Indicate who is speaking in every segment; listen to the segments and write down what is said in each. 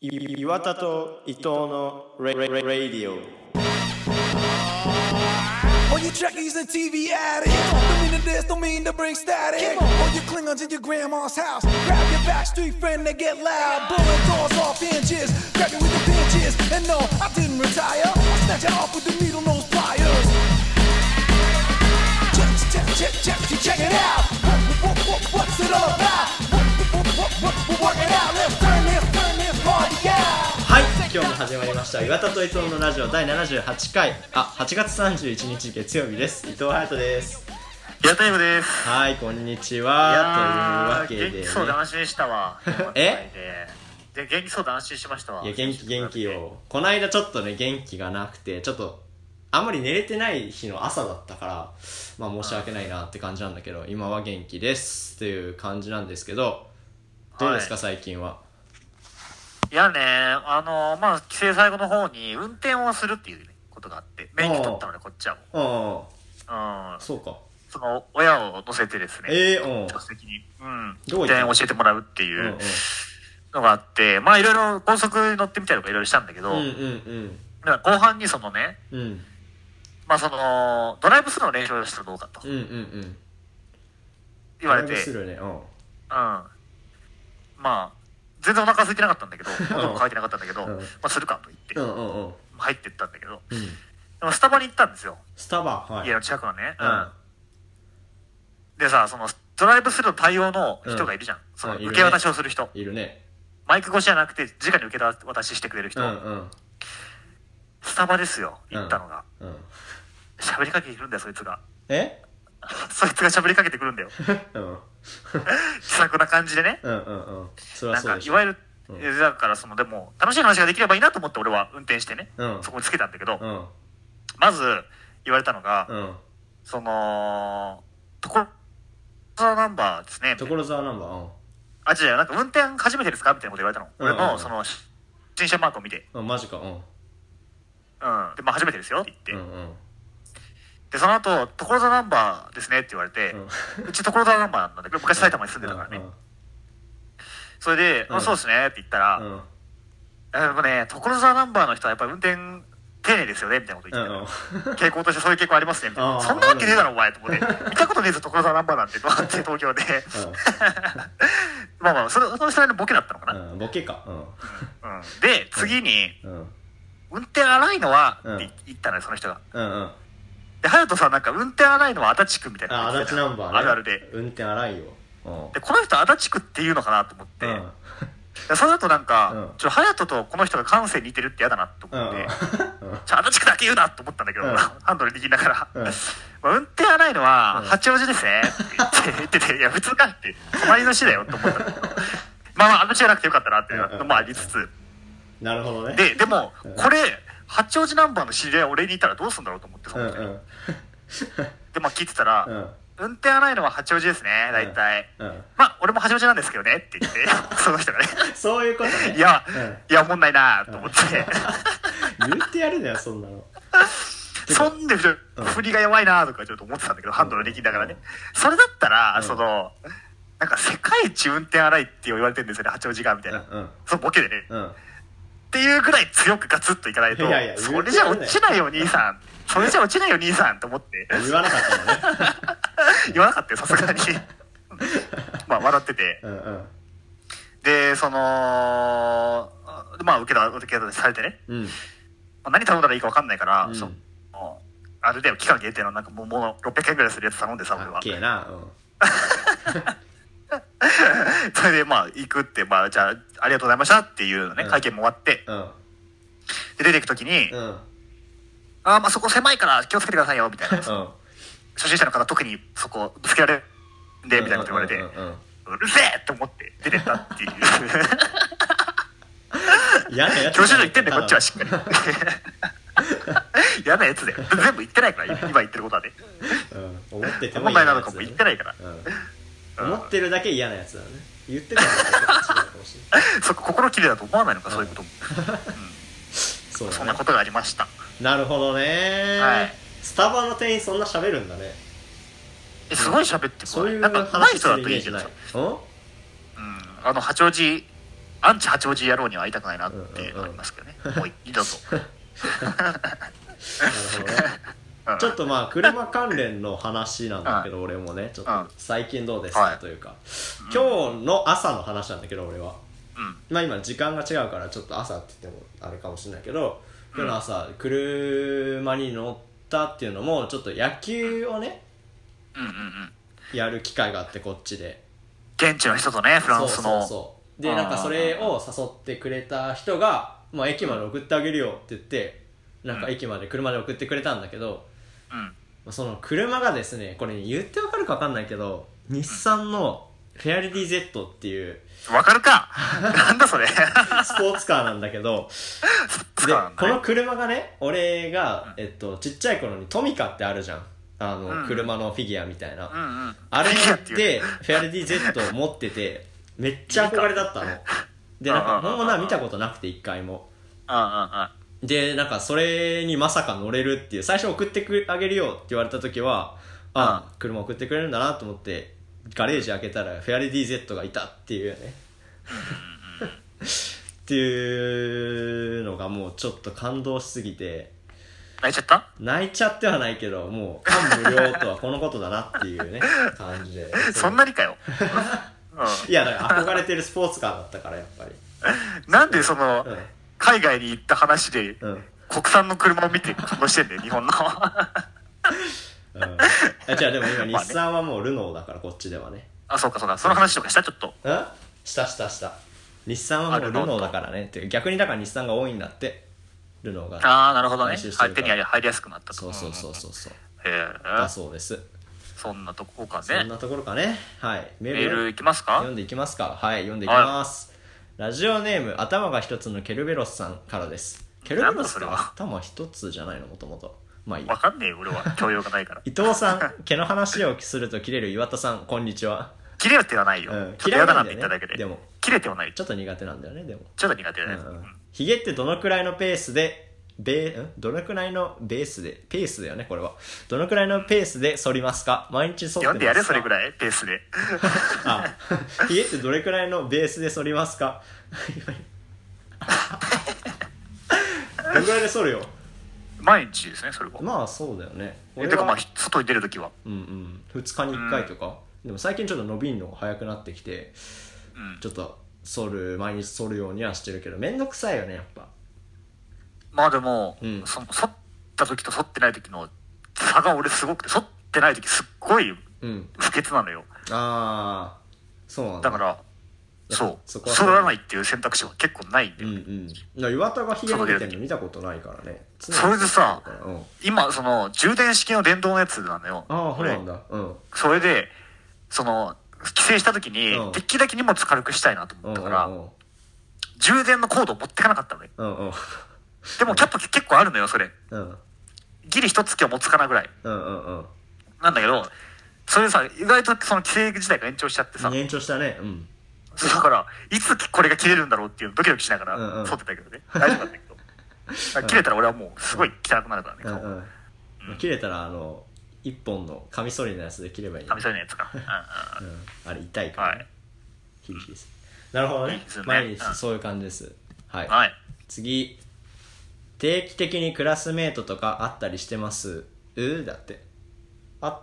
Speaker 1: い岩田と伊藤のレレレレディオ
Speaker 2: All you trekkies and TV addicts Don't mean to this, don't mean to bring static All you Klingons in your grandma's house Grab your backstreet friend, they get loud Blowing doors off inches Grab you with the pinches And no, I didn't retire I snatch it off with the needle nose pliers Check, check, check, check, check, check it out what, what, what, What's it all about? What, what, what, what, what, work it out Let's turn this, turn this party out
Speaker 1: はい今日も始まりました岩田と伊藤のラジオ第78回あ8月31日月曜日です伊藤隼人です
Speaker 3: ヤタイムです。
Speaker 1: はいこんにち
Speaker 3: い
Speaker 1: はというわけ
Speaker 3: 元
Speaker 1: で、
Speaker 3: 気そうな話でしたわ。
Speaker 1: え
Speaker 3: で元気そうな話しましたわ。
Speaker 1: いや元気元気。よこの間ちょっとね元気がなくてちょっとあんまり寝れてない日の朝だったからまあ申し訳ないなって感じなんだけど今は元気ですっていう感じなんですけどどうですか、
Speaker 3: は
Speaker 1: 最近はい
Speaker 3: やね、あの、まあ、規制最後の方に運転をするっていうことがあって、免許取ったので、こっちはも
Speaker 1: うんうん
Speaker 3: う。うん。
Speaker 1: そうか
Speaker 3: その、親を乗せてですね。
Speaker 1: ええうん
Speaker 3: 直接に、うん。
Speaker 1: どこ行
Speaker 3: 運
Speaker 1: った
Speaker 3: 転教えてもらうって
Speaker 1: う
Speaker 3: い
Speaker 1: ん
Speaker 3: うのがあって、まあ、いろいろ高速乗ってみたりとかいろいろしたんだけど、
Speaker 1: うんうんうん
Speaker 3: だから後半にそのね、
Speaker 1: うんうん
Speaker 3: まあ、その、ドライブスルーの練習をしたらどうかと
Speaker 1: うんうんうん
Speaker 3: 言われて、
Speaker 1: だいぶするねうん
Speaker 3: うんまあ、全然お腹空いてなかったん だけど、喉も渇いてなかったんだけど、
Speaker 1: うん
Speaker 3: まあ、するかと言って
Speaker 1: う、んうんうん
Speaker 3: 入ってったんだけど、
Speaker 1: うん
Speaker 3: でもスタバに行ったんですよ、
Speaker 1: スタバはい
Speaker 3: 家の近くのね。
Speaker 1: うん
Speaker 3: うんでさ、その、ドライブスルーの対応の人がいるじゃん。その、
Speaker 1: うんいるね
Speaker 3: 受け渡しをする人。
Speaker 1: いるね
Speaker 3: マイク越しじゃなくて、直に受け渡ししてくれる人。
Speaker 1: うんうん
Speaker 3: スタバですよ、行ったのが。
Speaker 1: うん
Speaker 3: 喋、りかけてくるんだよ、そいつが。
Speaker 1: え
Speaker 3: そいつが喋りかけてくるんだよ。
Speaker 1: うん
Speaker 3: 気さくな感じでね。
Speaker 1: うんうんうんそりゃ
Speaker 3: なん
Speaker 1: そう
Speaker 3: か
Speaker 1: で、し
Speaker 3: い
Speaker 1: ょ
Speaker 3: わゆる、えだからその、でも、楽しい話ができればいいなと思って俺は運転してね、
Speaker 1: うん
Speaker 3: そこにつけたんだけど、
Speaker 1: うん
Speaker 3: まず言われたのが、
Speaker 1: うん
Speaker 3: その、ところ、ナンバーですね。
Speaker 1: 所沢ナンバー
Speaker 3: あ、違う違う、なんか運転初めてですかみたいなこと言われたの。
Speaker 1: うんうん
Speaker 3: 俺の、その、新車マークを見て、
Speaker 1: うんうんマジかうん
Speaker 3: うん。で、まあ初めてですよって言って。
Speaker 1: うんうん
Speaker 3: で、その後、所沢ナンバーですねって言われて、うち所沢ナンバーなんだけど、昔埼玉に住んでたからね。それで、
Speaker 1: うん
Speaker 3: あそうですねって言ったら、
Speaker 1: うんうん
Speaker 3: やっぱね、所沢ナンバーの人はやっぱり運転丁寧ですよねみたいなこと
Speaker 1: う
Speaker 3: 言って
Speaker 1: ん
Speaker 3: たの
Speaker 1: うん
Speaker 3: 傾向としてそういう傾向ありますねみたい
Speaker 1: あー
Speaker 3: なそんなわけねえだろお前と思って見たことねえぞ所沢ナンバーなんてと思って東京でまあまあそれその人なりのボケだったのかな、
Speaker 1: うんうんボケか
Speaker 3: うんで次に
Speaker 1: うんうん
Speaker 3: 運転荒いのは
Speaker 1: うん
Speaker 3: って言ったのよその人が
Speaker 1: うんうん
Speaker 3: で隼人さんなんか運転荒いのは足立区みたいな
Speaker 1: あ
Speaker 3: こと
Speaker 1: 足
Speaker 3: 言って
Speaker 1: 立ナン
Speaker 3: た
Speaker 1: バーね
Speaker 3: あるあるで
Speaker 1: 運転荒いようん
Speaker 3: でこの人足立区っていうのかなと思って、
Speaker 1: うん
Speaker 3: でその後なんか、
Speaker 1: うん
Speaker 3: ちょ隼人とこの人が感性似てるって嫌だなと
Speaker 1: う
Speaker 3: 思
Speaker 1: ん
Speaker 3: っ
Speaker 1: う
Speaker 3: て、
Speaker 1: ん
Speaker 3: ちょ足立区だけ言うなと思ったんだけど、
Speaker 1: うん
Speaker 3: ハンドル握りながら、
Speaker 1: うん
Speaker 3: まあ運転荒いのは
Speaker 1: うん
Speaker 3: 八王子ですねって言って言ってて、いや、普通かって、隣の市だよと思ったんだけど、まあまあ、あの市じゃなくてよかったなっていうのもありつつ、
Speaker 1: なるほどね
Speaker 3: で、でも
Speaker 1: ん、
Speaker 3: これ、八王子ナンバーの知り合い俺にいたらどうすんだろうと思って、そ
Speaker 1: うん
Speaker 3: の
Speaker 1: う
Speaker 3: 時に
Speaker 1: ん
Speaker 3: で、まあ聞いてたら、
Speaker 1: うん
Speaker 3: 運転荒いのは八王子ですね、大体。
Speaker 1: うん
Speaker 3: まあ、俺も八王子なんですけどねって言って、 その人がね、
Speaker 1: そういうことね
Speaker 3: いや、
Speaker 1: う
Speaker 3: いや、おもんないなと思って。
Speaker 1: ん言ってやるだよそんなの
Speaker 3: そんで、振りが弱いなとかちょっと思ってたんだけど、ハンドルできながらね。それだったら、その、なんか世界一運転荒いって言われてるんですよね、八王子が、みたいな。
Speaker 1: うん
Speaker 3: そのボケでね。っ
Speaker 1: うん
Speaker 3: ていうぐらい強くガツッといかないと
Speaker 1: いやいや、
Speaker 3: それじゃ落ちないよ、兄さん。それじゃ落ちないよ、兄さんと思って、
Speaker 1: 言わなかったのね
Speaker 3: 言わなかったよ、さ すがに。まあ、笑ってて。
Speaker 1: うんうん
Speaker 3: で、その、まあ、受けた、受けたされてね。
Speaker 1: うん
Speaker 3: まあ何頼んだらいいか分かんないから、
Speaker 1: うん
Speaker 3: そのあれだよ、期間限定のなんかもう、もう600円ぐらいするやつ頼んでさ、俺
Speaker 1: かっ
Speaker 3: は。
Speaker 1: けえなうん
Speaker 3: それでまあ行くって、まあじゃあありがとうございましたっていうのね、
Speaker 1: うん
Speaker 3: 会見も終わって、
Speaker 1: うん
Speaker 3: で出ていくときに、
Speaker 1: うんうん
Speaker 3: ああまあそこ狭いから気をつけてくださいよ、みたい な。初心者の方特にそこぶつけられるんで、みたいなこと言われて、
Speaker 1: うんう
Speaker 3: うん
Speaker 1: うん
Speaker 3: るせえと思って出てっ たっていう。
Speaker 1: 嫌なやつ
Speaker 3: 教習所行ってんだよ、こっちはしっかり。 嫌なやつだよ。全部行ってないから、今言ってることはね。
Speaker 1: うん思ってても
Speaker 3: 本
Speaker 1: 嫌
Speaker 3: 来
Speaker 1: な
Speaker 3: な
Speaker 1: や
Speaker 3: の
Speaker 1: つ
Speaker 3: か
Speaker 1: だ
Speaker 3: も
Speaker 1: ね
Speaker 3: 言ってないから。
Speaker 1: うん思ってるだけ嫌なやつだね言ってたら違うかもしれない
Speaker 3: そこ心きれいだと思わないのか、そういうことも。
Speaker 1: そう
Speaker 3: そ
Speaker 1: だ
Speaker 3: ん
Speaker 1: ね
Speaker 3: なことがありました。
Speaker 1: なるほどね、
Speaker 3: はい
Speaker 1: スタバの店員そんな喋るんだね
Speaker 3: え、すごい喋ってく
Speaker 1: そう
Speaker 3: る
Speaker 1: い
Speaker 3: ね。
Speaker 1: う
Speaker 3: なんか上手い
Speaker 1: 話
Speaker 3: 人
Speaker 1: す
Speaker 3: だ
Speaker 1: る
Speaker 3: と
Speaker 1: イメ
Speaker 3: い
Speaker 1: ー
Speaker 3: いけ
Speaker 1: ジ
Speaker 3: ど
Speaker 1: ない
Speaker 3: さ。うんあの八王子アンチ八王子野郎には会いたくないなっていうのはありますけどね、もう 二度と
Speaker 1: ほどね
Speaker 3: う ん
Speaker 1: ちょっとまあ車関連の話なんだけど俺もねちょっと
Speaker 3: うん
Speaker 1: 最近どうですか
Speaker 3: はい
Speaker 1: というか今日の朝の話なんだけど俺は
Speaker 3: うん
Speaker 1: まあ今時間が違うからちょっと朝って言ってもあれかもしれないけど今日の朝車に乗ったっていうのもちょっと野球をね
Speaker 3: うんうんうん
Speaker 1: やる機会があってこっちで
Speaker 3: 現地の人とねフランス
Speaker 1: そうそう
Speaker 3: の
Speaker 1: そうでなんかそれを誘ってくれた人が「まあ、駅まで送ってあげるよ」って言ってなんか駅まで車で送ってくれたんだけど、
Speaker 3: うん
Speaker 1: まあその車がですねこれ言ってわかるかわかんないけど日産のフェアレディ Z っていう
Speaker 3: わかる かなんだそれ
Speaker 1: スポーツカーなんだけどで
Speaker 3: そうなんだ
Speaker 1: こ
Speaker 3: ね
Speaker 1: の車がね俺が、えっと、ちっちゃい頃にトミカってあるじゃんあの、
Speaker 3: うん
Speaker 1: 車のフィギュアみたいな、
Speaker 3: うんうん
Speaker 1: あれ
Speaker 3: フィギュア っていう
Speaker 1: で、フェアレディ Z を持ってて、めっちゃ憧れだったの。で、なんか、
Speaker 3: うんうん
Speaker 1: ほんまな、見たことなくて、一回も。
Speaker 3: うんうんうん
Speaker 1: で、なんか、それにまさか乗れるっていう、最初送ってくあげるよって言われた時は、あ、車送ってくれるんだなと思って、ガレージ開けたら、フェアレディ Z がいたっていうね。っていうのがもうちょっと感動しすぎて、
Speaker 3: 泣いちゃった
Speaker 1: 泣いちゃってはないけど、もう感無量とはこのことだなって いうね、感じで。
Speaker 3: そんなにか よ、う
Speaker 1: いや、だから憧れてるスポーツカーだったから、やっぱり。
Speaker 3: ん、なんでその
Speaker 1: うん。
Speaker 3: 海外に行った話で
Speaker 1: うん。うん。
Speaker 3: 国産の車を見て感動してん だよ日本の
Speaker 1: あ、じゃあでも今、
Speaker 3: まあね
Speaker 1: 日産はもうルノーだから、こっちではね。
Speaker 3: あそうかそうかその話とかしたちょっと
Speaker 1: うんしたしたした。日産はもうルノーだからね。っていう逆にだから日産が多いんだって。ルノーが。
Speaker 3: ああなるほどね
Speaker 1: 回収してる
Speaker 3: 手
Speaker 1: から
Speaker 3: に入りやすくなったと
Speaker 1: そうそうそううそうそう。
Speaker 3: んへ
Speaker 1: だ
Speaker 3: え
Speaker 1: そうです。
Speaker 3: そんなとこか
Speaker 1: そん
Speaker 3: ね
Speaker 1: なところかね。はい。メ
Speaker 3: メ
Speaker 1: ー
Speaker 3: ール
Speaker 1: ル
Speaker 3: いきます
Speaker 1: 読
Speaker 3: か
Speaker 1: んでいきますか。はい、読んでいきます。ラジオネーム、頭が一つのケルベロスさんからです。ケルベロスっ
Speaker 3: なんだそ
Speaker 1: て
Speaker 3: れは
Speaker 1: 頭一つじゃないのもともと。まあいいや
Speaker 3: わかんねえよ 俺は教養がないから
Speaker 1: 伊藤さん、毛の話をすると切れる岩田さん、こんにちは。
Speaker 3: 切れよってはないよ、
Speaker 1: うん
Speaker 3: ちょっと嫌だなって
Speaker 1: 嫌い
Speaker 3: 言
Speaker 1: なん
Speaker 3: っ
Speaker 1: だよ
Speaker 3: た
Speaker 1: ね
Speaker 3: だけで
Speaker 1: でも
Speaker 3: 切れてはない
Speaker 1: ちょっと苦手なんだよね、でも。
Speaker 3: ちょっと苦手
Speaker 1: う
Speaker 3: だね、
Speaker 1: んうん。ヒゲってどのくらいのペースで、べんどのくらいのベースで、ペースだよね、これは。どのくらいのペースで剃りますか毎日剃ってますか
Speaker 3: 読んでやれそれぐ
Speaker 1: い。
Speaker 3: らいペースで
Speaker 1: あ、ヒゲってどれくらいのベースで剃りますか どのくらいで剃るよ。
Speaker 3: 毎日ですねそれは
Speaker 1: まあ、そうだよね。
Speaker 3: えてかまあ外に出るときは
Speaker 1: うんうん、2日に1回とか、でも最近ちょっと伸びんのが早くなってきて、
Speaker 3: うん
Speaker 1: ちょっと剃る毎日剃るようにはしてるけどめんどくさいよねやっぱ
Speaker 3: まあでも、
Speaker 1: うん
Speaker 3: その剃った時と剃ってない時の差が俺すごくて剃ってない時すっごい
Speaker 1: うん
Speaker 3: 不潔なのよ
Speaker 1: ああそうなんだ
Speaker 3: だからそう
Speaker 1: そこはそう
Speaker 3: 剃らないっていう選択肢は結構ないんで、
Speaker 1: うんうんだから岩田が冷えげてるの見たことないからね
Speaker 3: それでさ
Speaker 1: 常に剃ってるからうん、
Speaker 3: 今その充電式の電動のやつなのよ
Speaker 1: ああそう
Speaker 3: 俺
Speaker 1: なんだうん
Speaker 3: それでその帰省した時に
Speaker 1: うん
Speaker 3: できるだけ荷物軽くしたいなと
Speaker 1: う
Speaker 3: 思
Speaker 1: ん
Speaker 3: っ
Speaker 1: う
Speaker 3: た
Speaker 1: ん
Speaker 3: から、
Speaker 1: うん
Speaker 3: 充電のコードを持ってかなかったのよ
Speaker 1: うんうん
Speaker 3: でもキャット結構あるのよそれ
Speaker 1: うん
Speaker 3: ギリ一月は持つかなぐらい
Speaker 1: うんうん
Speaker 3: なんだけどそれでさ意外とその帰省自体が延長しちゃってさ
Speaker 1: うん延長したねうん
Speaker 3: そうだから、いつこれが切れるんだろうっていうのドキドキしなが
Speaker 1: うんうん
Speaker 3: ら撮ってたけどね。大丈夫だったけ ど。だから切れたら俺はもうすごい汚くなるからね、
Speaker 1: うんう
Speaker 3: 顔。
Speaker 1: んまあ切れたらあの一本のカミソリのやつで切ればいいね
Speaker 3: カミソリのやつか。うんうん
Speaker 1: うんあれ痛いから、ね
Speaker 3: はい
Speaker 1: ヒリヒリするなるほど
Speaker 3: いい
Speaker 1: ね
Speaker 3: ですね
Speaker 1: 毎
Speaker 3: うん
Speaker 1: 日そういう感じです、はい、
Speaker 3: はい。
Speaker 1: 次定期的にクラスメートとか会ったりしてますうーだって会っ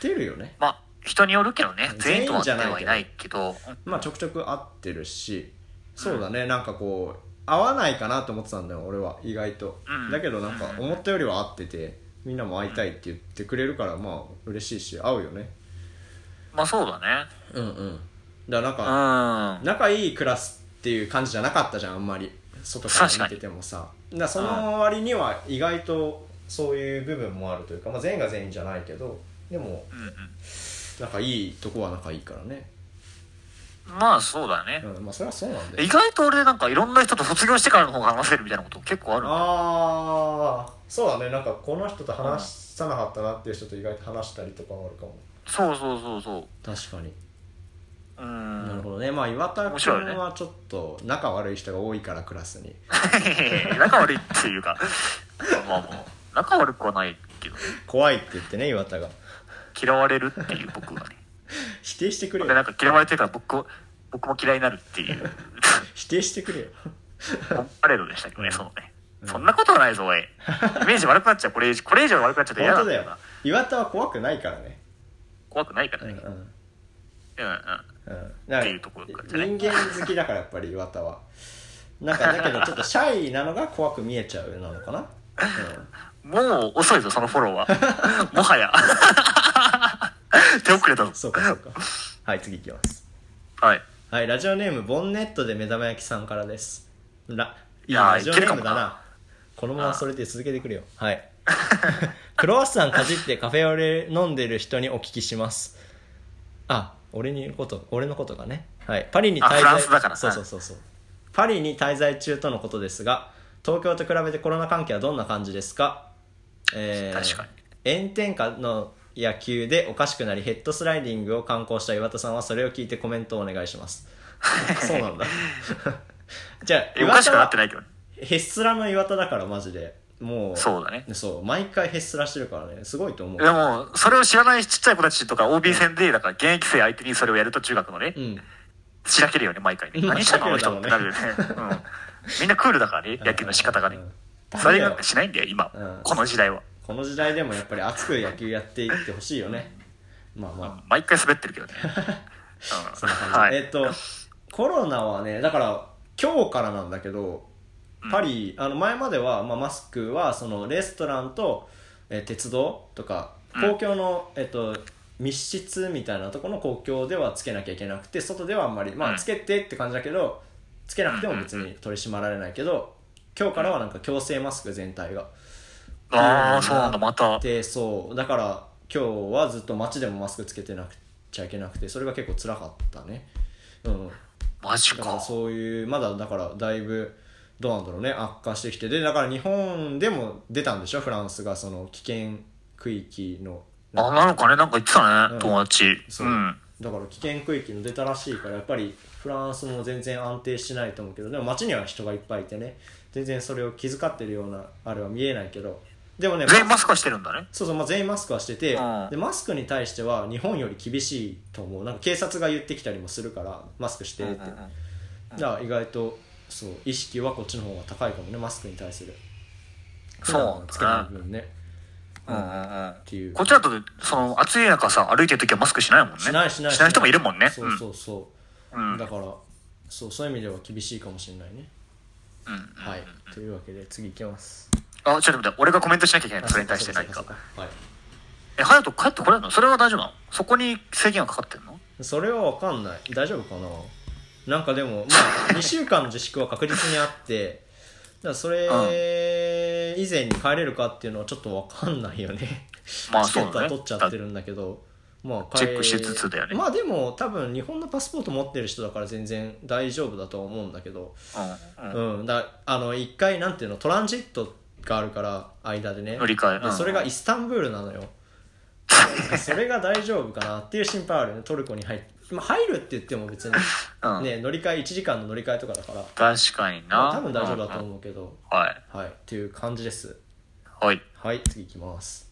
Speaker 1: てるよね
Speaker 3: まあ、人によるけどね、全員と は
Speaker 1: 全員じゃ
Speaker 3: で
Speaker 1: ないけど
Speaker 3: はいないけど、
Speaker 1: まあちょくちょく会ってるしそうだね、なんかこう会わないかなと思ってたんだよ俺は意外と、
Speaker 3: うん
Speaker 1: だけどなんか思ったよりは会っててみんなも会いたいって言ってくれるからまあ嬉しいし会うよね
Speaker 3: まあそうだね。
Speaker 1: うんうんだからなん
Speaker 3: う
Speaker 1: か、
Speaker 3: ん。
Speaker 1: 仲いいクラスっていう感じじゃなかったじゃんあんまり外から見ててもさだからその割には意外とそういう部分もあるというか、まあ、全員が全員じゃないけどでも
Speaker 3: うん
Speaker 1: 仲いいとこは仲いいからね、
Speaker 3: うん、まあそうだね。
Speaker 1: うん、まあそれはそうなんだ
Speaker 3: 意
Speaker 1: よ
Speaker 3: 外と俺なんかいろんな人と卒業してからの方が話せるみたいなこと結構ある。
Speaker 1: ああそうだねなんかこの人と話さなかったなっていう人と意外と話したりとかはあるかも
Speaker 3: そうそうそうそう。
Speaker 1: 確かに
Speaker 3: う
Speaker 1: なる
Speaker 3: ん。
Speaker 1: ほどねまあ岩田
Speaker 3: 面
Speaker 1: 君
Speaker 3: 白いね
Speaker 1: はちょっと仲悪い人が多いからクラスに
Speaker 3: 仲悪いっていうか、まあまあ、仲悪くはないけどね、
Speaker 1: 怖いって言ってね岩田が
Speaker 3: 嫌われるっていう僕がね。
Speaker 1: 否定してくれ
Speaker 3: で
Speaker 1: よ
Speaker 3: なんか嫌われてるから僕を僕も嫌いになるっていう
Speaker 1: 否定してくれよ。
Speaker 3: ボンパレードでしたけどね、そのね。そんなことはないぞ、おい。イメージ悪くなっちゃう、これ以上、これ以上悪くなっちゃう
Speaker 1: 本
Speaker 3: と嫌な
Speaker 1: 当
Speaker 3: ん
Speaker 1: だ
Speaker 3: だよ
Speaker 1: よ
Speaker 3: な。。
Speaker 1: 岩田は怖くないからね。
Speaker 3: 怖くないから
Speaker 1: うん
Speaker 3: ね。
Speaker 1: う
Speaker 3: う
Speaker 1: ん。
Speaker 3: んうん。
Speaker 1: うんだか
Speaker 3: って
Speaker 1: ら
Speaker 3: いうところからじゃない
Speaker 1: 人間好きだからやっぱり岩田はなんかだけどちょっとシャイなのが怖く見えちゃうなのかな、
Speaker 3: もう遅いぞ、そのフォローは。 もはや。 手遅れたぞ
Speaker 1: うん、。そうかそうかはい次いきます
Speaker 3: はい。
Speaker 1: はいラジオネームボンネットで目玉焼きさんからですラい
Speaker 3: い
Speaker 1: い
Speaker 3: やー
Speaker 1: ラジオネーム
Speaker 3: いける
Speaker 1: だ
Speaker 3: かも
Speaker 1: な
Speaker 3: な
Speaker 1: このままそれで続けてくれよはい クロワッサンかじってカフェオレ飲んでる人にお聞きしますあ俺にこと俺のことがねはいパリに滞在
Speaker 3: あフランスだから
Speaker 1: そうそうそうそうパリに滞在中とのことですが東京と比べてコロナ関係はどんな感じですかえー
Speaker 3: 確かに
Speaker 1: 炎天下の野球でおかしくなりヘッドスライディングを観光した岩田さんはそれを聞いてコメントをお願いします そうなんだ じゃあ
Speaker 3: えおかしくなって
Speaker 1: い
Speaker 3: ないけどね。
Speaker 1: ヘッスラの岩田だからマジでもう
Speaker 3: そうだね
Speaker 1: そう毎回ヘッスラしてるからねすごいと思う
Speaker 3: でも、それを知らないちっちゃい子たちとか OB 戦で、だから現役生相手にそれをやると中学のね
Speaker 1: う、ん
Speaker 3: しらけるよね、毎回ね。
Speaker 1: うん
Speaker 3: 何してんの、あの人って
Speaker 1: しらけ
Speaker 3: なる
Speaker 1: る
Speaker 3: よね。うん。みんなクールだからね、野球の仕方がね
Speaker 1: うん。
Speaker 3: それがしないんだよ、今
Speaker 1: うん。
Speaker 3: この時代は。
Speaker 1: この時代でもやっぱり熱く野球やっていってほしいよねまあまあ、
Speaker 3: 毎回滑ってるけ どね。う
Speaker 1: そ
Speaker 3: ん
Speaker 1: んな感じ
Speaker 3: はい。
Speaker 1: えっとコロナはねだから今日からなんだけどパリ、あの前までは、まあ、マスクはそのレストランと、えー鉄道とか公共の、えっと密室みたいなところの公共ではつけなきゃいけなくて外ではあんまり、ま
Speaker 3: う
Speaker 1: あ、
Speaker 3: ん
Speaker 1: つけてって感じだけどつけなくても別に取り締まられないけど今日からはなんか強制マスク全体が
Speaker 3: ああ、そうなんだ、また。
Speaker 1: でそうだから今日はずっと街でもマスクつけてなくちゃいけなくてそれが結構辛かったねうん
Speaker 3: マジ
Speaker 1: だから
Speaker 3: か。
Speaker 1: そういうまだだからだいぶどうなんだろうね悪化してきてでだから日本でも出たんでしょフランスがその危険区域の
Speaker 3: あ、なのかね、なんか言ってた
Speaker 1: うん
Speaker 3: ね、友達。。
Speaker 1: そううんだから危険区域の出たらしいからやっぱりフランスも全然安定しないと思うけどでも街には人がいっぱいいてね全然それを気遣ってるようなあれは見えないけどでもね
Speaker 3: 全員マスクはしてるんだね。
Speaker 1: そうそう、まあ、全員マスクはしてて、
Speaker 3: うん
Speaker 1: でマスクに対しては日本より厳しいと思うなんか警察が言ってきたりもするからマスクしてって、じゃあ意外とそう意識はこっちの方が高いかもねマスクに対する
Speaker 3: そうだね
Speaker 1: 普段つけない分ね
Speaker 3: うんうんうん
Speaker 1: っていう
Speaker 3: こっちだと、その、暑い中さ、歩いてる時はマスクしないもんね。
Speaker 1: しないしない
Speaker 3: 人もいるもんね。
Speaker 1: そううんそうそう、
Speaker 3: うん
Speaker 1: だからそうそういう意味では厳しいかもしれないねはいというわけで次いきます
Speaker 3: あ、ちょっと待って、俺がコメントしなきゃいけないの、それに対して何
Speaker 1: そう
Speaker 3: か
Speaker 1: か。そうかはい
Speaker 3: え、隼人帰ってこれるのそれは大丈夫なのそこに制限がかかってんの
Speaker 1: それは分かんない大丈夫かななんかでも、まあ、2週 間の自粛は確実にあってだからそれ以前に帰れるかっていうのはちょっと分かんないよね
Speaker 3: まあ
Speaker 1: チケットは
Speaker 3: そうだね
Speaker 1: 取っちゃってるんだけどまあ
Speaker 3: チェックしつつだよね
Speaker 1: まあでも多分日本のパスポート持ってる人だから全然大丈夫だとは思うんだけど
Speaker 3: うんうん。
Speaker 1: うんだあの一回なんていうのトランジットがあるから間でね
Speaker 3: 乗り換えうん
Speaker 1: でそれがイスタンブールなのよそれが大丈夫かなっていう心配あるよねトルコに入っまあ入るって言っても別に、
Speaker 3: うん
Speaker 1: ね乗り換え1時間の乗り換えとかだから
Speaker 3: 確かに
Speaker 1: ま
Speaker 3: な。
Speaker 1: あ多分大丈夫だと
Speaker 3: んん
Speaker 1: 思うけど、
Speaker 3: はい。
Speaker 1: はいっていう感じです
Speaker 3: はい。
Speaker 1: はい次いきます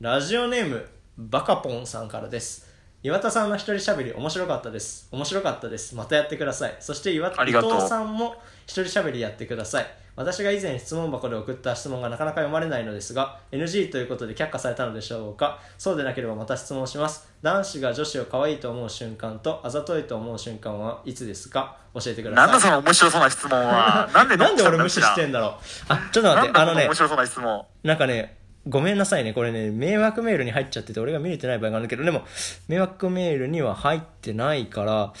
Speaker 1: ラジオネームバカポンさんからです岩田さんの一人しゃべり面白かったです面白かったですまたやってくださいそして岩
Speaker 3: ありがとう
Speaker 1: 伊藤さんも一人しゃべりやってください私が以前質問箱で送った質問がなかなか読まれないのですが NG ということで却下されたのでしょうかそうでなければまた質問します男子が女子を可愛いと思う瞬間とあざといと思う瞬間はいつですか教えてください
Speaker 3: なんだその面白そうな質問は。 なんで
Speaker 1: なんで俺無視して
Speaker 3: の
Speaker 1: んだろうあちょっと
Speaker 3: な
Speaker 1: 待
Speaker 3: ん
Speaker 1: ってあ
Speaker 3: だ
Speaker 1: の
Speaker 3: この
Speaker 1: ね
Speaker 3: 面白そうな質問。
Speaker 1: なんかね、ごめんなさいね、これね、迷惑メールに入っちゃってて、俺が見れてない場合があるんだけど、でも、迷惑メールには入ってないから、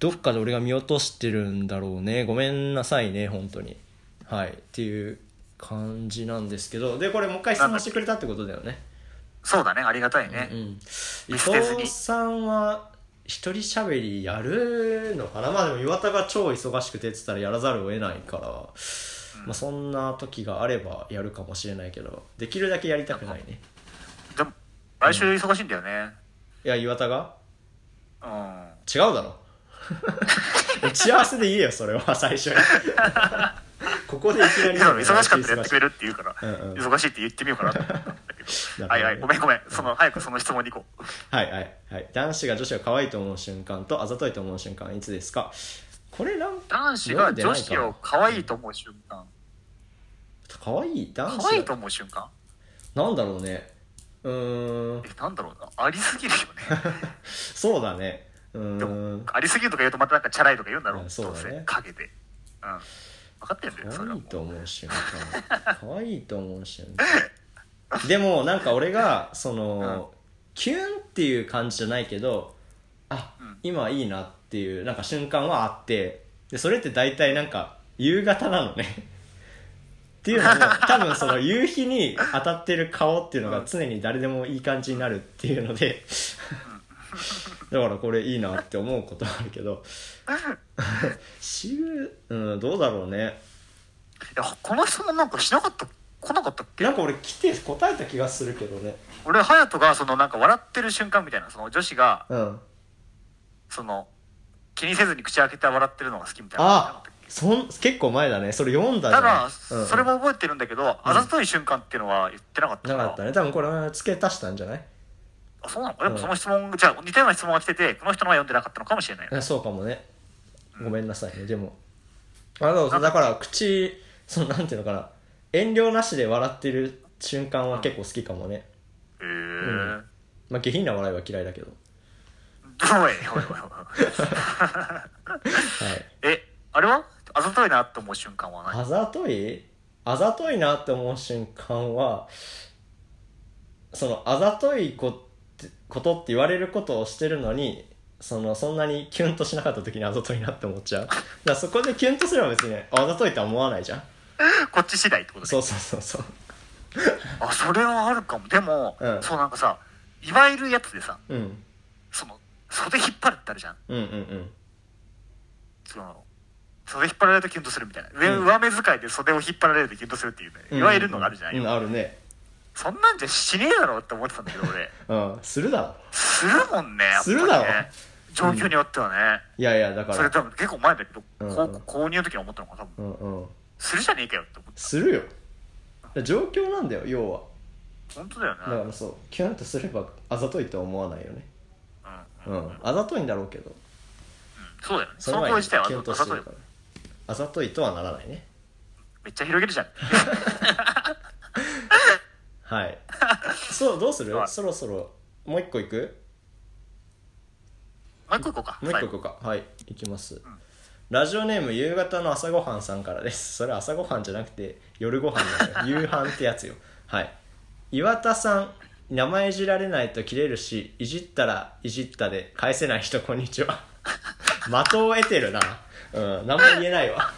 Speaker 1: どっかで俺が見落としてるんだろうね。ごめんなさいね、本当に。はい。っていう感じなんですけど、で、これもう一回質問してくれたってことだよね。
Speaker 3: そうだね、ありがたい
Speaker 1: うん
Speaker 3: ね。。
Speaker 1: 伊
Speaker 3: 見捨てずに
Speaker 1: 藤さんは、一人喋りやるのかなまあでも岩田が超忙しくてって言ったらやらざるを得ないから、まあそんな時があればやるかもしれないけど、できるだけやりたくないね。
Speaker 3: でも、来週忙しいんだよね。
Speaker 1: いや、岩田が
Speaker 3: うん。
Speaker 1: 違うだ ろ。打ち合わせで言えよ、それは、最初 に。ここでいきなり。
Speaker 3: でも忙しかったらやってくれるって言うから、
Speaker 1: うんうん
Speaker 3: 忙しいって言ってみようかなと思 ったんだけど。はいはい、ごめんごめん。その、早くその質問に行こう。
Speaker 1: はいはいはい。男子が女子が可愛いと思う瞬間と、あざといと思う瞬間、いつですかこれなんか
Speaker 3: 男子が女子を可愛いと思う瞬間。
Speaker 1: 可愛い男
Speaker 3: 可愛い
Speaker 1: 子
Speaker 3: と思う瞬間
Speaker 1: なんだろうねうーん
Speaker 3: え、なんだろうな。ありすぎるよね。
Speaker 1: そうだねう
Speaker 3: で
Speaker 1: ー
Speaker 3: も
Speaker 1: ん、
Speaker 3: ありすぎるとか言うとまたなんかチャラいとか言うんだろ
Speaker 1: う
Speaker 3: う。
Speaker 1: んそうだね
Speaker 3: どせ陰で。うん。分かってるんだよ、そ
Speaker 1: 可
Speaker 3: れは
Speaker 1: 愛い
Speaker 3: も
Speaker 1: と思う瞬間可愛いと思う瞬間でもなんか俺がその、キュンっていう感じじゃないけどあ、
Speaker 3: うん
Speaker 1: 今いいなっていうなんか瞬間はあってでそれって大体なんか夕方なのねっていうのも多分その夕日に当たってる顔っていうのが常に誰でもいい感じになるっていうのでだからこれいいなって思うことはあるけ ど 週、うん、どうだろうね
Speaker 3: う。いや、この人もなんかしなかった、来なかったっけ
Speaker 1: なんか俺来て答えた気がするけどね
Speaker 3: 俺、隼人がそのなんか笑ってる瞬間みたいな、その女子が、
Speaker 1: うん
Speaker 3: その、気にせずに口開けて笑ってるのが好きみたいな。
Speaker 1: あそん結構前だねそれ読んだじゃ
Speaker 3: た
Speaker 1: ん
Speaker 3: だ、
Speaker 1: うん
Speaker 3: それも覚えてるんだけど、あざとい瞬間っていうのは言ってなかった
Speaker 1: な
Speaker 3: から。
Speaker 1: かったね多分これは付け足したんじゃない
Speaker 3: あそうなのでもその質問、じゃあ似たような質問が来てて、この人のは読んでなかったのかもしれない。
Speaker 1: あそうかもねごめんなさいねでもあだからだから口そのなんていうのかな遠慮なしで笑ってる瞬間は結構好きかもね
Speaker 3: へー
Speaker 1: まあ下品な笑いは嫌いだけど
Speaker 3: おいおいおいおい
Speaker 1: はい
Speaker 3: え、あれはあざといなって思う瞬間はない。
Speaker 1: あざといあざといなって思う瞬間はそのあざといこってことって言われることをしてるのにそのそんなにキュンとしなかった時にあざといなって思っちゃうだからそこでキュンとすれば別にねあざといとは思わないじゃん
Speaker 3: こっち次第ってことね。
Speaker 1: そうそうそうそう
Speaker 3: あ、それはあるかも。でも、
Speaker 1: うん
Speaker 3: そうなんかさ、いわゆるやつでさ、
Speaker 1: うん
Speaker 3: その、袖引っ張るってあるじゃん。
Speaker 1: うんうんうん
Speaker 3: その、袖引っ張られるとキュンとするみたいな。上
Speaker 1: うん
Speaker 3: 上目遣いで袖を引っ張られるとキュンとするっていうね、
Speaker 1: うん
Speaker 3: いわゆるのがあるじゃない、
Speaker 1: うんあるね
Speaker 3: そんなんじゃしねえだろうって思ってたんだけど、俺。
Speaker 1: うんするだろ
Speaker 3: するもんね、やっぱ
Speaker 1: す
Speaker 3: り、ね。
Speaker 1: るだろ
Speaker 3: 状況によってはね。
Speaker 1: いやいやだか
Speaker 3: それ
Speaker 1: ら
Speaker 3: 多分結構前だけど、
Speaker 1: うんうん
Speaker 3: 高校購入の時に思ったのかな多分
Speaker 1: うんうん
Speaker 3: するじゃねえかよって思って
Speaker 1: するよだから状況なんだよ要は
Speaker 3: 本当だよね
Speaker 1: だからそうキュンとすればあざといとは思わないよねうんあざといんだろうけど
Speaker 3: そうだよねそ
Speaker 1: の
Speaker 3: の
Speaker 1: 前
Speaker 3: 声
Speaker 1: に
Speaker 3: 自体は
Speaker 1: キュンと
Speaker 3: あ
Speaker 1: す
Speaker 3: ざとい
Speaker 1: るからあざといとはならないね
Speaker 3: めっちゃ広げる じゃん
Speaker 1: はい そうどうする
Speaker 3: はい
Speaker 1: そろそろもう一個いく
Speaker 3: もう一個行こうか
Speaker 1: もう一個
Speaker 3: 最
Speaker 1: い
Speaker 3: 後
Speaker 1: こうかはいいきます、ラジオネーム夕方の朝ごはんさんからですそれ朝ごはんじゃなくて夜ごはんだよ夕飯ってやつ よはい岩田さん名前いじられないとキレるしいじったらいじったで返せない人こんにちは 的を得てるなうん何も言えないわ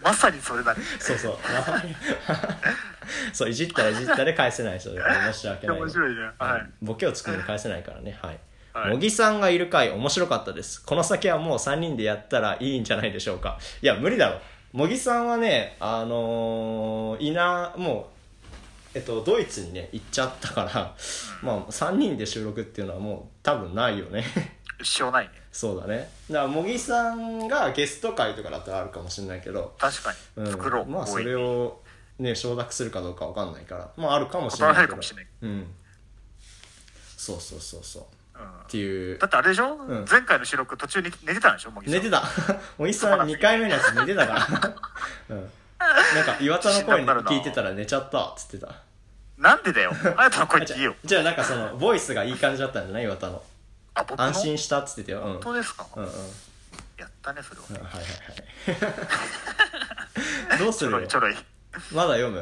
Speaker 3: まさにそれ だね
Speaker 1: そうそう。名前 そう、いじったらいじったで返せない人で申し訳ない。
Speaker 3: 面白いねはい
Speaker 1: ボケを作るの返せないからね。はい。
Speaker 3: はい
Speaker 1: 茂木さんがいる回面白かったです。この先はもう3人でやったらいいんじゃないでしょうか。いや、無理だろ。茂木さんはね、あのーいな、もう、えっと、ドイツにね、行っちゃったから、まあ、3人で収録っていうのはもう多分ないよね。
Speaker 3: 一生ないね
Speaker 1: そうだね。だから、茂木さんがゲスト回とかだったらあるかもしれないけど、
Speaker 3: 確か
Speaker 1: う
Speaker 3: に
Speaker 1: ん
Speaker 3: 作ろう
Speaker 1: まあそ
Speaker 3: 多い
Speaker 1: れをね承諾するかどうかわかんないからまああるかもしれ
Speaker 3: 断ら
Speaker 1: な
Speaker 3: れ
Speaker 1: い
Speaker 3: るかもしれない
Speaker 1: うんそうそうそうそうっていう
Speaker 3: だってあれでしょ
Speaker 1: ん
Speaker 3: 前回の収録途中に寝てたんでしょ茂木さ
Speaker 1: 寝
Speaker 3: ん
Speaker 1: てた おいさん2回目のやつ寝てたから、 うん、なんか岩田の声聞いてたら寝ちゃったっつってた
Speaker 3: なんでだよあなたの声
Speaker 1: じゃ
Speaker 3: 聞 いよ
Speaker 1: あじゃあなんかそのボイスがいい感じだったんじゃない岩田の
Speaker 3: あ僕の
Speaker 1: 安
Speaker 3: 本
Speaker 1: 心したっつってたようんうん
Speaker 3: 当ですか
Speaker 1: うん
Speaker 3: やったねそれは
Speaker 1: はいはいはい どうす
Speaker 3: ちょ
Speaker 1: る
Speaker 3: ろい
Speaker 1: よ
Speaker 3: ちょろいい
Speaker 1: まだ読む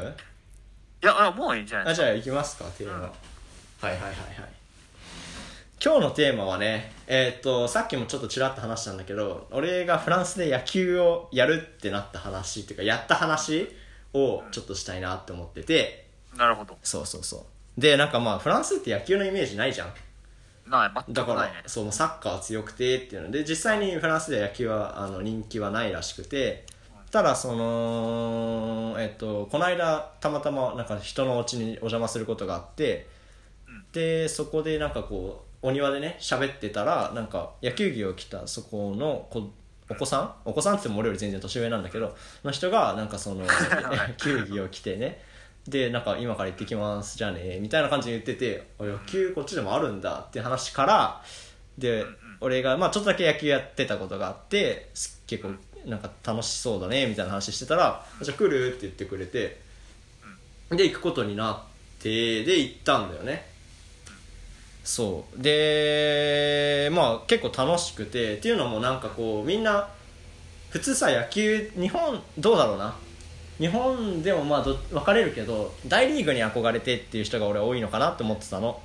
Speaker 3: やいやもういいんじゃな
Speaker 1: あ
Speaker 3: い
Speaker 1: じゃあ行きますかテーマ、はいはいはいはい今日のテーマはねえーっとさっきもちょっとちらっと話したんだけど俺がフランスで野球をやるってなった話っていうかやった話をちょっとしたいなって思ってて
Speaker 3: なるほど
Speaker 1: そうそうそうでなんかまあフランスって野球のイメージないじゃん
Speaker 3: ない全
Speaker 1: だ
Speaker 3: く
Speaker 1: か
Speaker 3: な
Speaker 1: ら
Speaker 3: いね
Speaker 1: そうもうサッカーは強くてっていうので実際にフランスでは野球はあの人気はないらしくてただそのえっとこの間たまたまなんか人のお家にお邪魔することがあってでそこでなんかこうお庭でね喋ってたらなんか野球着を着たそこの子お子さんお子さんって言っても俺より全然年上なんだけどの人がなんかその野 球着を着てねでなんか今から行ってきますじゃあねみたいな感じで言っててあ野球こっちでもあるんだって話からで俺がまあちょっとだけ野球やってたことがあってす結構なんか楽しそうだねみたいな話してたら「じゃあ来る?」って言ってくれてで行くことになってで行ったんだよねそうでまあ結構楽しくてっていうのもなんかこうみんな普通さ野球日本どうだろうな日本でもまあど分かれるけど大リーグに憧れてっていう人が俺は多いのかなって思ってたの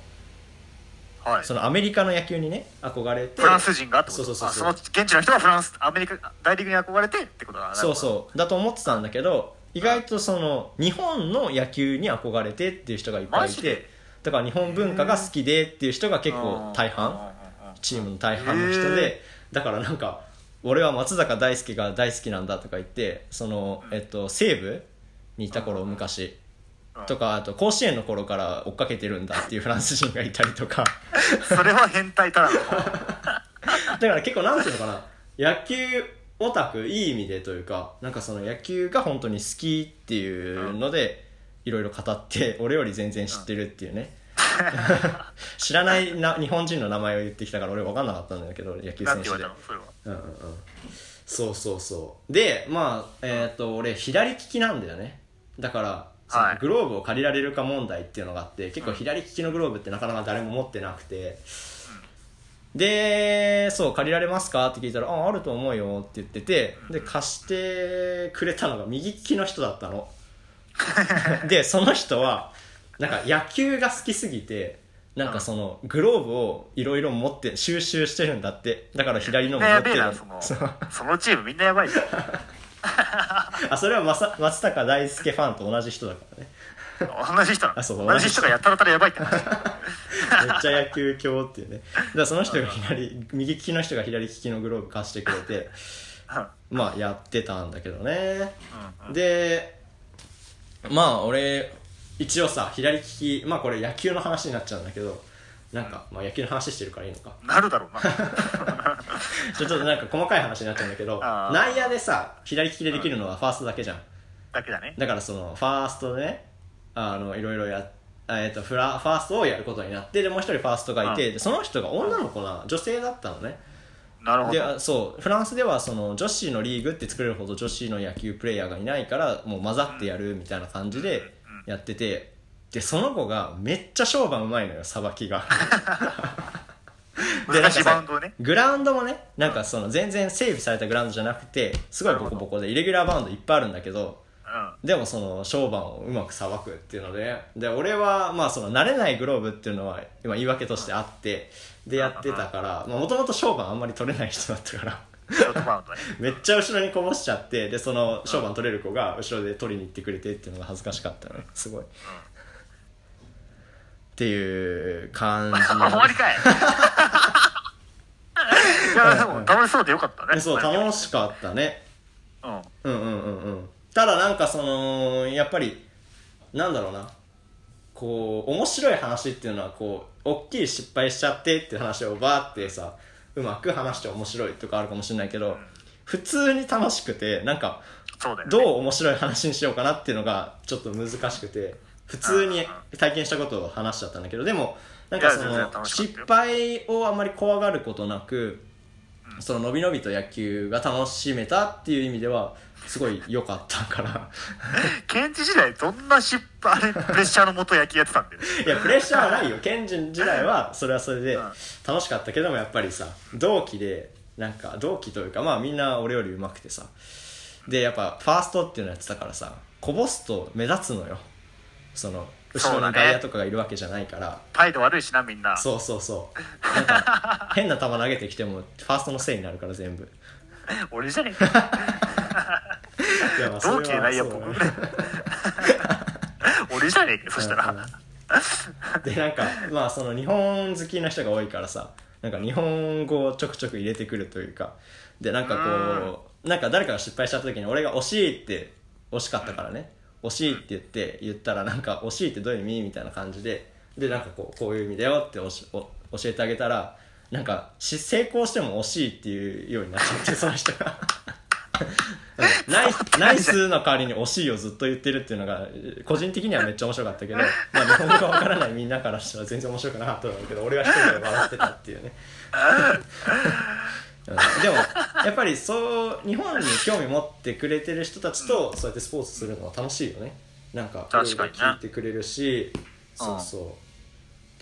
Speaker 3: はい
Speaker 1: そのアメリカの野球にね憧れて
Speaker 3: フランス人がってこ
Speaker 1: そう
Speaker 3: と
Speaker 1: そうそう
Speaker 3: あ
Speaker 1: そ
Speaker 3: そうの現地の人がフランスアメリカ大リーグに憧れてってことだな
Speaker 1: そうそうだと思ってたんだけど意外とその日本の野球に憧れてっていう人がいっぱいい
Speaker 3: マジ
Speaker 1: て
Speaker 3: で
Speaker 1: だから日本文化が好きでっていう人が結構大
Speaker 3: うんうん
Speaker 1: 半
Speaker 3: うんうん
Speaker 1: チームの大半の人でだからなんか俺は松坂大輔が大好きなんだとか言ってその、えっと、西武にいた頃昔
Speaker 3: うん
Speaker 1: とかあと甲子園の頃から追っかけてるんだっていうフランス人がいたりとか。
Speaker 3: それは変態ただの
Speaker 1: だから結構なんていうのかな野球オタクいい意味でというかなんかその野球が本当に好きっていうのでいろいろ語って俺より全然知ってるっていうね 知らないな日本人の名前を言ってきたから俺分かんなかったんだけど野球
Speaker 3: な
Speaker 1: 選
Speaker 3: ん
Speaker 1: 手
Speaker 3: て言わ
Speaker 1: で
Speaker 3: れたのそれは
Speaker 1: うんうんうんそうそうそうでまあえっ、と俺左利きなんだよねだからその
Speaker 3: はい
Speaker 1: グローブを借りられるか問題っていうのがあって結構左利きのグローブってなかなか誰も持ってなくて、でそう借りられますかって聞いたらああると思うよって言っててで貸してくれたのが右利きの人だった のでその人はなんか野球が好きすぎてなんかそのグローブをいろいろ持って収集してるんだってだから左の
Speaker 3: みん
Speaker 1: も
Speaker 3: な
Speaker 1: 持って
Speaker 3: やべえ
Speaker 1: る
Speaker 3: なその
Speaker 1: そう
Speaker 3: そのチームみんなやばいじゃん
Speaker 1: あそれはまさ松坂大輔ファンと同じ人だからね
Speaker 3: 同じ人な
Speaker 1: あそう
Speaker 3: の同じ人がやたらたらやばいって話
Speaker 1: めっちゃ野球教っていうねだからその人が左右利きの人が左利きのグローブ貸してくれて
Speaker 3: うん
Speaker 1: まあやってたんだけどね、でまあ俺一応さ左利きまあこれ野球の話になっちゃうんだけどなんか、まあ、野球の話してるからいいのか
Speaker 3: なるだろうな
Speaker 1: ちょっとなんか細かい話になっちゃうんだけど
Speaker 3: あー
Speaker 1: 内野でさ左利きでできるのはファーストだけじゃん
Speaker 3: だけだね
Speaker 1: だからそのファーストでねあのいろいろやあえっとフラファーストをやることになってでもう一人ファーストがいて、
Speaker 3: う
Speaker 1: でその人が女の子な女性だったのね
Speaker 3: なるほ
Speaker 1: で
Speaker 3: ど
Speaker 1: あそうフランスではその女子のリーグって作れるほど女子の野球プレイヤーがいないからもう混ざってやるみたいな感じでやっててでその子がめっちゃ商売うまいのよさば きがでなんか
Speaker 3: 難しい
Speaker 1: さ
Speaker 3: バウンドをね
Speaker 1: グラウンドもねなんかその全然整備されたグラウンドじゃなくてすごいボコボコでイレギュラーバウンドいっぱいあるんだけど
Speaker 3: うん
Speaker 1: でもその商売をうまくさばくっていうのでで俺はまあその慣れないグローブっていうのは今言い訳としてあってでやってたからもともと商売あんまり取れない人だったから
Speaker 3: ショートバウンドね
Speaker 1: めっちゃ後ろにこぼしちゃってでその商売取れる子が後ろで取りに行ってくれてっていうのが恥ずかしかったのねすごい。っていう感じ
Speaker 3: あ終わりかいいやでも楽しそうでよかったね
Speaker 1: そう
Speaker 3: うん
Speaker 1: 楽しかったね。
Speaker 3: うん
Speaker 1: うんうんうんうんただなんかそのやっぱりなんだろうなこう面白い話っていうのはこう大きい失敗しちゃってっていう話をバーってさうまく話して面白いとかあるかもしれないけど普通に楽しくてなんか
Speaker 3: そうだよね
Speaker 1: どう面白い話にしようかなっていうのがちょっと難しくて普通に体験したことを話しちゃったんだけどでもなんかそ
Speaker 3: いや全然
Speaker 1: の
Speaker 3: 楽しかったよ
Speaker 1: 失敗をあんまり怖がることなくその伸び伸びと野球が楽しめたっていう意味ではすごい良かったから
Speaker 3: ケンジ時代どんな失敗あれプレッシャーのもと野球やってたんだよ
Speaker 1: いやプレッシャーはないよケンジン時代はそれはそれで楽しかったけどもやっぱりさ同期でなんか同期というかまあみんな俺より上手くてさでやっぱファーストっていうのやってたからさこぼすと目立つのよその後
Speaker 3: そう
Speaker 1: ろ
Speaker 3: だ
Speaker 1: に
Speaker 3: ね
Speaker 1: 外野とかがいるわけじゃないから
Speaker 3: 態度悪いしなみんな
Speaker 1: そう,、そうそうなんか変な球投げてきてもファーストのせいになるから全部
Speaker 3: 俺じゃねえか
Speaker 1: いやまあそれ
Speaker 3: 同
Speaker 1: は
Speaker 3: 期でないや
Speaker 1: そうだ
Speaker 3: 僕ぐ
Speaker 1: ね
Speaker 3: らい俺じゃねえかよそしたら
Speaker 1: でなんかまあその日本好きな人が多いからさなんか日本語をちょくちょく入れてくるというかでなんかこうなんか誰かが失敗しちゃった時に俺が「惜しい」って惜しかったからね「惜しい」って言って言ったらなんか「惜しい」ってどういう意味みたいな感じででなんかこうこういう意味だよっておしお教えてあげたらなんかし成功しても惜しいっていうようになっちゃってその人が。うんナイスナイスの代わりに惜しいをずっと言ってるっていうのがえー個人的にはめっちゃ面白かったけど、まあ、日本語がわからないみんなからしたら全然面白くなかっただろうけど俺は一人で笑ってたっていうねうんでもやっぱりそう日本に興味持ってくれてる人たちとそうやってスポーツするのは楽しいよねなんか
Speaker 3: 確かにね
Speaker 1: いろいろ聞いてくれるし、そうそ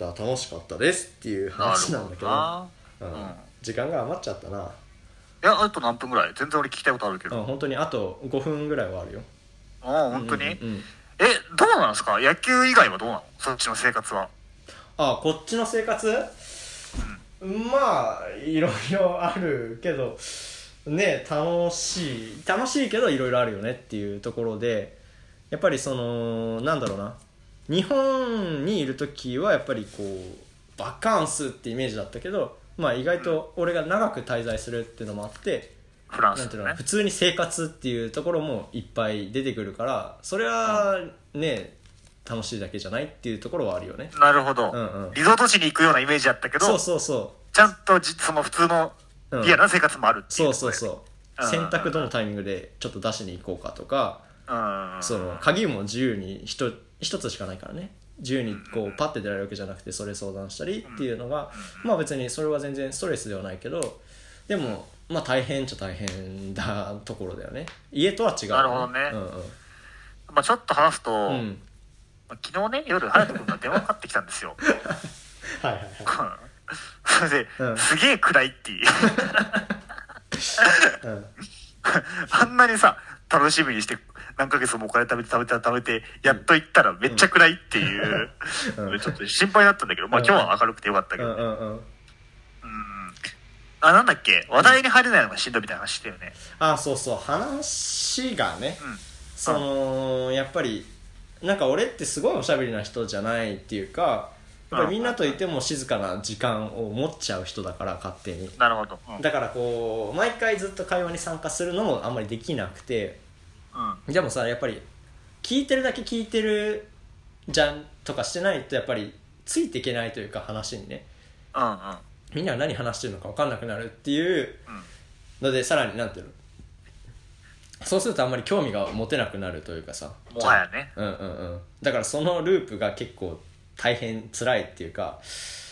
Speaker 1: うだから楽しかったですっていう話なんだけど
Speaker 3: な
Speaker 1: う
Speaker 3: るほどなうん
Speaker 1: ん、時間が余っちゃったな、
Speaker 3: いやあと何分ぐらい全然俺聞きたいことあるけ
Speaker 1: うん、
Speaker 3: ど、
Speaker 1: 本当にあと5分ぐらいはあるよ
Speaker 3: ああ本当に、
Speaker 1: うんうんうん
Speaker 3: えどうなんですか野球以外はどうなのそっちの生活は
Speaker 1: あこっちの生活まあいろいろあるけどね楽しい楽しいけどいろいろあるよねっていうところでやっぱりそのなんだろうな日本にいる時はやっぱりこうバカンスってイメージだったけどまあ意外と俺が長く滞在するっていうのもあって
Speaker 3: フラン
Speaker 1: なん
Speaker 3: ス
Speaker 1: て
Speaker 3: で
Speaker 1: いう
Speaker 3: ね
Speaker 1: の普通に生活っていうところもいっぱい出てくるからそれはね楽しいだけじゃないっていうところはあるよね
Speaker 3: なるほど、
Speaker 1: うんうん
Speaker 3: リゾート地に行くようなイメージだったけど
Speaker 1: そうそうそう
Speaker 3: ちゃんとじその普通の
Speaker 1: うん
Speaker 3: リアルな生活もあるってい
Speaker 1: そう
Speaker 3: う
Speaker 1: そう
Speaker 3: う
Speaker 1: そううん洗濯どのタイミングでちょっと出しに行こうかとか
Speaker 3: そう、うん、
Speaker 1: その鍵も自由に一一つしかないからね自由にこうパッて出られるわけじゃなくてそれ相談したりっていうのがまあ別にそれは全然ストレスではないけどでもまあ大変っちゃ大変だところだよね家とは違う
Speaker 3: なるほどね
Speaker 1: うん
Speaker 3: まあ、ちょっと話すと、
Speaker 1: うん、うん、
Speaker 3: まあ昨日ね夜隼人君が電話かかってきた んですよ
Speaker 1: はいはいはい
Speaker 3: それで、
Speaker 1: うん
Speaker 3: すげえ暗いっていう
Speaker 1: うん
Speaker 3: あんなにさ楽しみにして何ヶ月もお金貯めて貯めて貯めてやっと行ったらめっちゃ暗いっていう、
Speaker 1: うん
Speaker 3: ちょっと心配だったんだけど、まあ、今日は明るくてよかったけ
Speaker 1: う
Speaker 3: ど、
Speaker 1: んうんうん
Speaker 3: あなんだっけ話題に入れないのがしんどいみたいな話してたよね
Speaker 1: あそうそう話がね、
Speaker 3: うん
Speaker 1: そのやっぱりなんか俺ってすごいおしゃべりな人じゃないっていうかやっぱりみんなといても静かな時間を持っちゃう人だから勝手に
Speaker 3: なるほど、うん
Speaker 1: だからこう毎回ずっと会話に参加するのもあんまりできなくて
Speaker 3: うん
Speaker 1: でもさやっぱり聞いてるだけ聞いてるじゃんとかしてないとやっぱりついていけないというか話にね
Speaker 3: うんうん
Speaker 1: みんなが何話してるのか分かんなくなるっていう
Speaker 3: うん
Speaker 1: のでさらになんていうのそうするとあんまり興味が持てなくなるというかさ
Speaker 3: もはやね、
Speaker 1: うんうんうんだからそのループが結構大変辛いっていうか、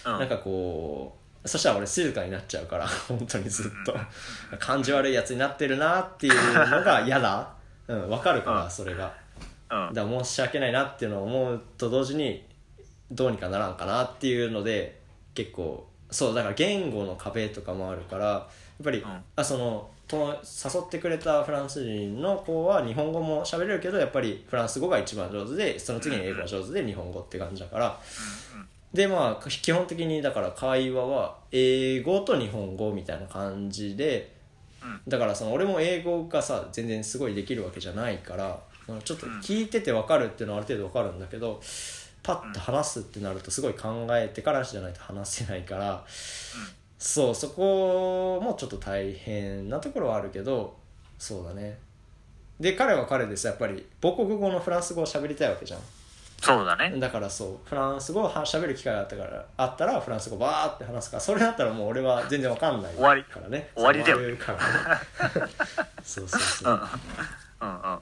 Speaker 3: うん、
Speaker 1: なんかこうそしたら俺静かになっちゃうから 本当にずっと感じ悪いやつになってるなっていうのが嫌だうんわかるか
Speaker 3: う
Speaker 1: ら
Speaker 3: ん
Speaker 1: それが
Speaker 3: うん、
Speaker 1: だから申し訳ないなっていうのを思うと同時にどうにかならんかなっていうので結構そうだから言語の壁とかもあるからやっぱり、
Speaker 3: ん
Speaker 1: あそのと誘ってくれたフランス人の子は日本語も喋れるけどやっぱりフランス語が一番上手でその次に英語が上手で日本語って感じだから。でまあ基本的にだから会話は英語と日本語みたいな感じで、
Speaker 3: うん
Speaker 1: だからその俺も英語がさ全然すごいできるわけじゃないからそのちょっと聞いてて分かるっていうのはある程度分かるんだけどパッと話すってなるとすごい考えてからじゃないと話せないから、そうそこもちょっと大変なところはあるけどそうだねで彼は彼ですやっぱり母国語のフランス語を喋りたいわけじゃん
Speaker 3: そうだね
Speaker 1: だからそうフランス語をは喋る機会があったからあったらフランス語バーって話すからそれだったらもう俺は全然わかんない
Speaker 3: 終わり
Speaker 1: からね
Speaker 3: 終わりだよ
Speaker 1: そう終わるからね そうそうそう、っ
Speaker 3: うんうんうん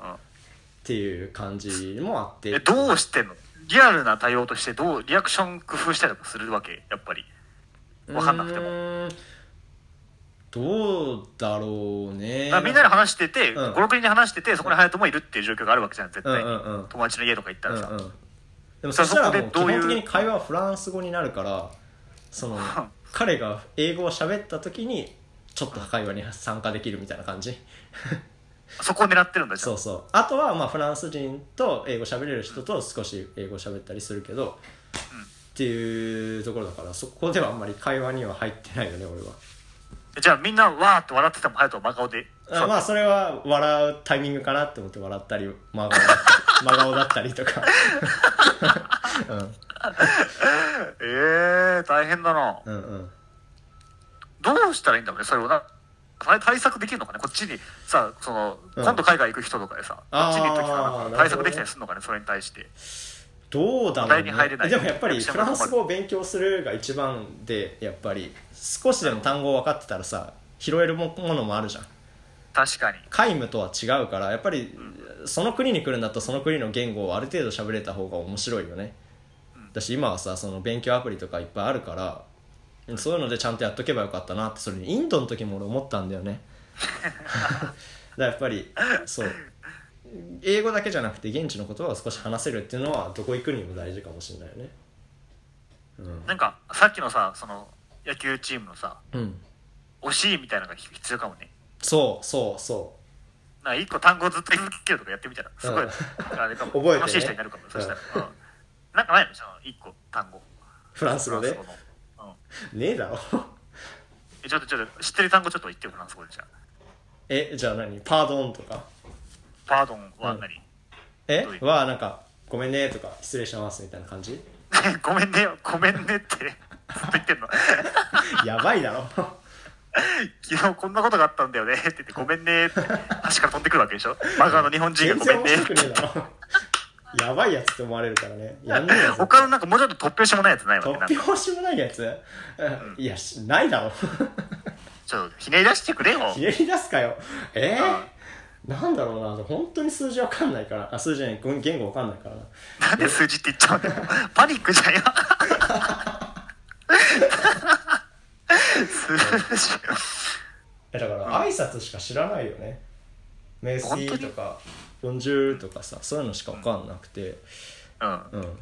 Speaker 1: ていう感じもあって
Speaker 3: えどうしてんのリアルな対応としてどうリアクション工夫したりとかするわけやっぱりわかんなくても
Speaker 1: うーんどうだろうね
Speaker 3: だからみんなで話してて、
Speaker 1: うん
Speaker 3: 56人で話しててそこに隼人もいるっていう状況があるわけじゃん絶対に、
Speaker 1: うんうんうん
Speaker 3: 友達の家とか行ったらさ、
Speaker 1: うんうん、でもそしたらもう基
Speaker 3: そこでどういう
Speaker 1: 本的に会話はフランス語になるからその彼が英語を喋った時にちょっと会話に参加できるみたいな感じ
Speaker 3: そこを狙ってるんだじゃん
Speaker 1: そうそうあとはまあフランス人と英語喋れる人と少し英語喋ったりするけど、っていうところだからそこではあんまり会話には入ってないよね俺は
Speaker 3: じゃあみんなわーって笑ってても隼人は真顔で
Speaker 1: あまあそれは笑うタイミングかなって思って笑ったり真顔だ ったり真顔だったりとか
Speaker 3: えー、大変だな、
Speaker 1: うんうん
Speaker 3: どうしたらいいんだろうねそれをな対対策できるのかねこっちにさその、
Speaker 1: うん
Speaker 3: 今度海外行く人とかでさこ
Speaker 1: あー
Speaker 3: っちに行った時はなんか対策できたりするのかねそれに対して
Speaker 1: どうだろう、
Speaker 3: 話題
Speaker 1: ね
Speaker 3: に入れ、ない
Speaker 1: でもやっぱりフランス語を勉強するが一番でやっぱり少しでも単語分かってたらさ拾えるもものもあるじゃん
Speaker 3: 確かに
Speaker 1: 皆無とは違うからやっぱりその国に来るんだったらその国の言語をある程度喋れた方が面白いよねだし今はさその勉強アプリとかいっぱいあるからうんそういうのでちゃんとやっとけばよかったなってそれにインドの時も俺思ったんだよね だからやっぱりそう英語だけじゃなくて現地の言葉を少し話せるっていうのはどこ行くにも大事かもしれないよね
Speaker 3: なんかさっきのさその野球チームのさ
Speaker 1: うん
Speaker 3: 惜しいみたいなのが必要かもね
Speaker 1: そうそうそ
Speaker 3: なんか一個単語ずっと言い続けるとかやってみたらすごい、
Speaker 1: うん
Speaker 3: あれかも
Speaker 1: 覚えてね
Speaker 3: 楽しい人になるかも、そしたら、うんなんかないのその一個単語
Speaker 1: うフランス語で
Speaker 3: フランス語の、うん
Speaker 1: ねえだろ
Speaker 3: えちょっとちょっと知ってる単語ちょっと言ってよフランス語でじゃあ
Speaker 1: えじゃあ何パードンとか
Speaker 3: パードンは何、
Speaker 1: え
Speaker 3: どういう
Speaker 1: はなんかごめんねとか失礼しますみたいな感じ
Speaker 3: ごめんねよごめんねってずっと言ってんの
Speaker 1: やばいだろ
Speaker 3: 昨日こんなことがあったんだよねって言ってごめんねって足から飛んでくるわけでしょマガの日本人が
Speaker 1: 全
Speaker 3: ごめ
Speaker 1: 然
Speaker 3: ん
Speaker 1: 面
Speaker 3: ね
Speaker 1: 白くねえだろやばいやつって思われるからねやんねえやつ
Speaker 3: 他のなんかもうちょっと突拍子もないやつないわけ、
Speaker 1: 突
Speaker 3: なんか
Speaker 1: 拍子もないやつ、いやしないだろ
Speaker 3: ちょっとひねり出してくれよ
Speaker 1: ひねり出すかよえー、なんだろうな本当に数字わかんないからあ数字じゃない言言語わかんないからな
Speaker 3: なんで数字って言っちゃうんだよパニックじゃんよ 数字
Speaker 1: えだから挨拶しか知らないよね「メス
Speaker 3: 本
Speaker 1: テ
Speaker 3: 当
Speaker 1: ィ
Speaker 3: に
Speaker 1: とか「ボンジュール」とかさそういうのしかわかんなくて
Speaker 3: うん
Speaker 1: うん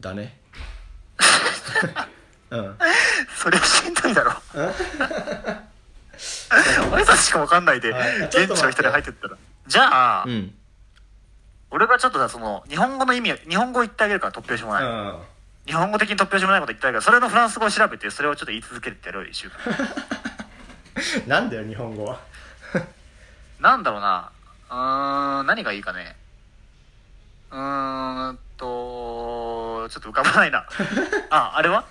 Speaker 1: だ ねうん
Speaker 3: それはしんどいだろ挨拶しかわかんないで
Speaker 1: はいちょっと待っ
Speaker 3: 現
Speaker 1: て
Speaker 3: 地の人に入ってったらじゃあ、
Speaker 1: うん
Speaker 3: 俺がちょっとさその日本語の意味を日本語言ってあげるから突拍子も
Speaker 1: う
Speaker 3: ない、
Speaker 1: ん
Speaker 3: 日本語的に突拍子もないこと言ってあげるからそれのフランス語を調べてそれをちょっと言い続けるってやろうよ一週
Speaker 1: な
Speaker 3: 間
Speaker 1: んだよ日本語は
Speaker 3: なんだろうなうーん何がいいかねうーんとちょっと浮かばな いなああれは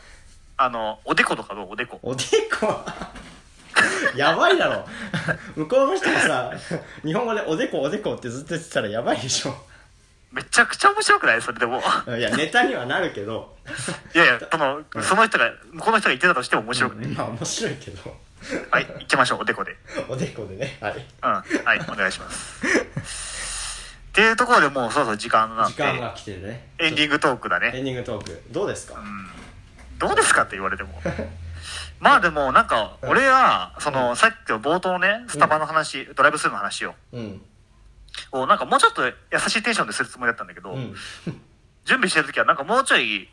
Speaker 3: あのおでことかどうおでこ
Speaker 1: おでこはやばいだろ向こうの人がさ日本語でおでこおでこってずっと言ってたらやばいでしょ
Speaker 3: めちゃくちゃ面白くないそれでも
Speaker 1: いやネタにはなるけど
Speaker 3: いやいやそのその人が向こうの人が言ってたとしても面白くない、
Speaker 1: まあ面白いけど
Speaker 3: はい行きましょうおでこで
Speaker 1: おでこでねはい
Speaker 3: うんはいお願いしますっていうところでもうそろそろ時間なん
Speaker 1: 時
Speaker 3: で
Speaker 1: 間が来てるね
Speaker 3: エンディングトークだ
Speaker 1: エ
Speaker 3: ね。
Speaker 1: ンディングトークどうですか
Speaker 3: どうですかって言われても。 まあでもなんか、俺は、その、さっきの冒頭ね、スタバの話、ドライブスルーの話を、
Speaker 1: うん
Speaker 3: をなんかもうちょっと優しいテンションでするつもりだったんだけど、
Speaker 1: うん
Speaker 3: 準備してる時はなんかもうちょい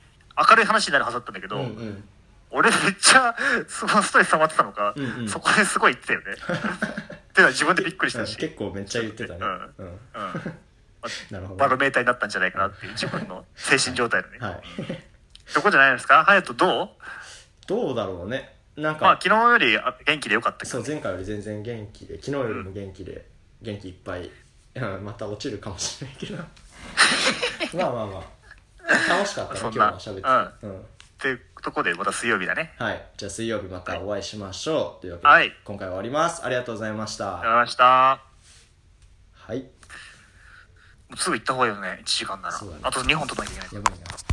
Speaker 3: 明るい話になるはずだったんだけ
Speaker 1: う
Speaker 3: ど、
Speaker 1: んうん
Speaker 3: 俺めっちゃ、そのストレス溜まってたのか、
Speaker 1: うんうん
Speaker 3: そこですごい言ってた よね。っていうのは自分でびっくりしたし、
Speaker 1: 結構めっちゃ言ってたね
Speaker 3: う
Speaker 1: うん
Speaker 3: うん。
Speaker 1: なるほど
Speaker 3: バ
Speaker 1: は
Speaker 3: ロメーターになったんじゃないかなっていう自分の精神状態のね。
Speaker 1: い
Speaker 3: そこじゃないですか隼人どう
Speaker 1: どうだろうねなん
Speaker 3: まあ
Speaker 1: か
Speaker 3: 昨日よりあ元気でよかったけど
Speaker 1: そう前回より全然元気で昨日よりも元気で元気いっぱいうんまた落ちるかもしれないけ どまあまあまあ楽しかったね今
Speaker 3: そん
Speaker 1: 日
Speaker 3: な
Speaker 1: は喋っててうん
Speaker 3: っていうとこでまた水曜日だね。
Speaker 1: はいじゃあ水曜日またお会いしましょうというわけで、
Speaker 3: はい
Speaker 1: 今回は終わりますありがとうございました
Speaker 3: ありがとうございました。
Speaker 1: はい
Speaker 3: もうすぐ行った方がいいよね、1時間なら。
Speaker 1: そうだね
Speaker 3: あと2本取らなきゃいけない。
Speaker 1: やばいな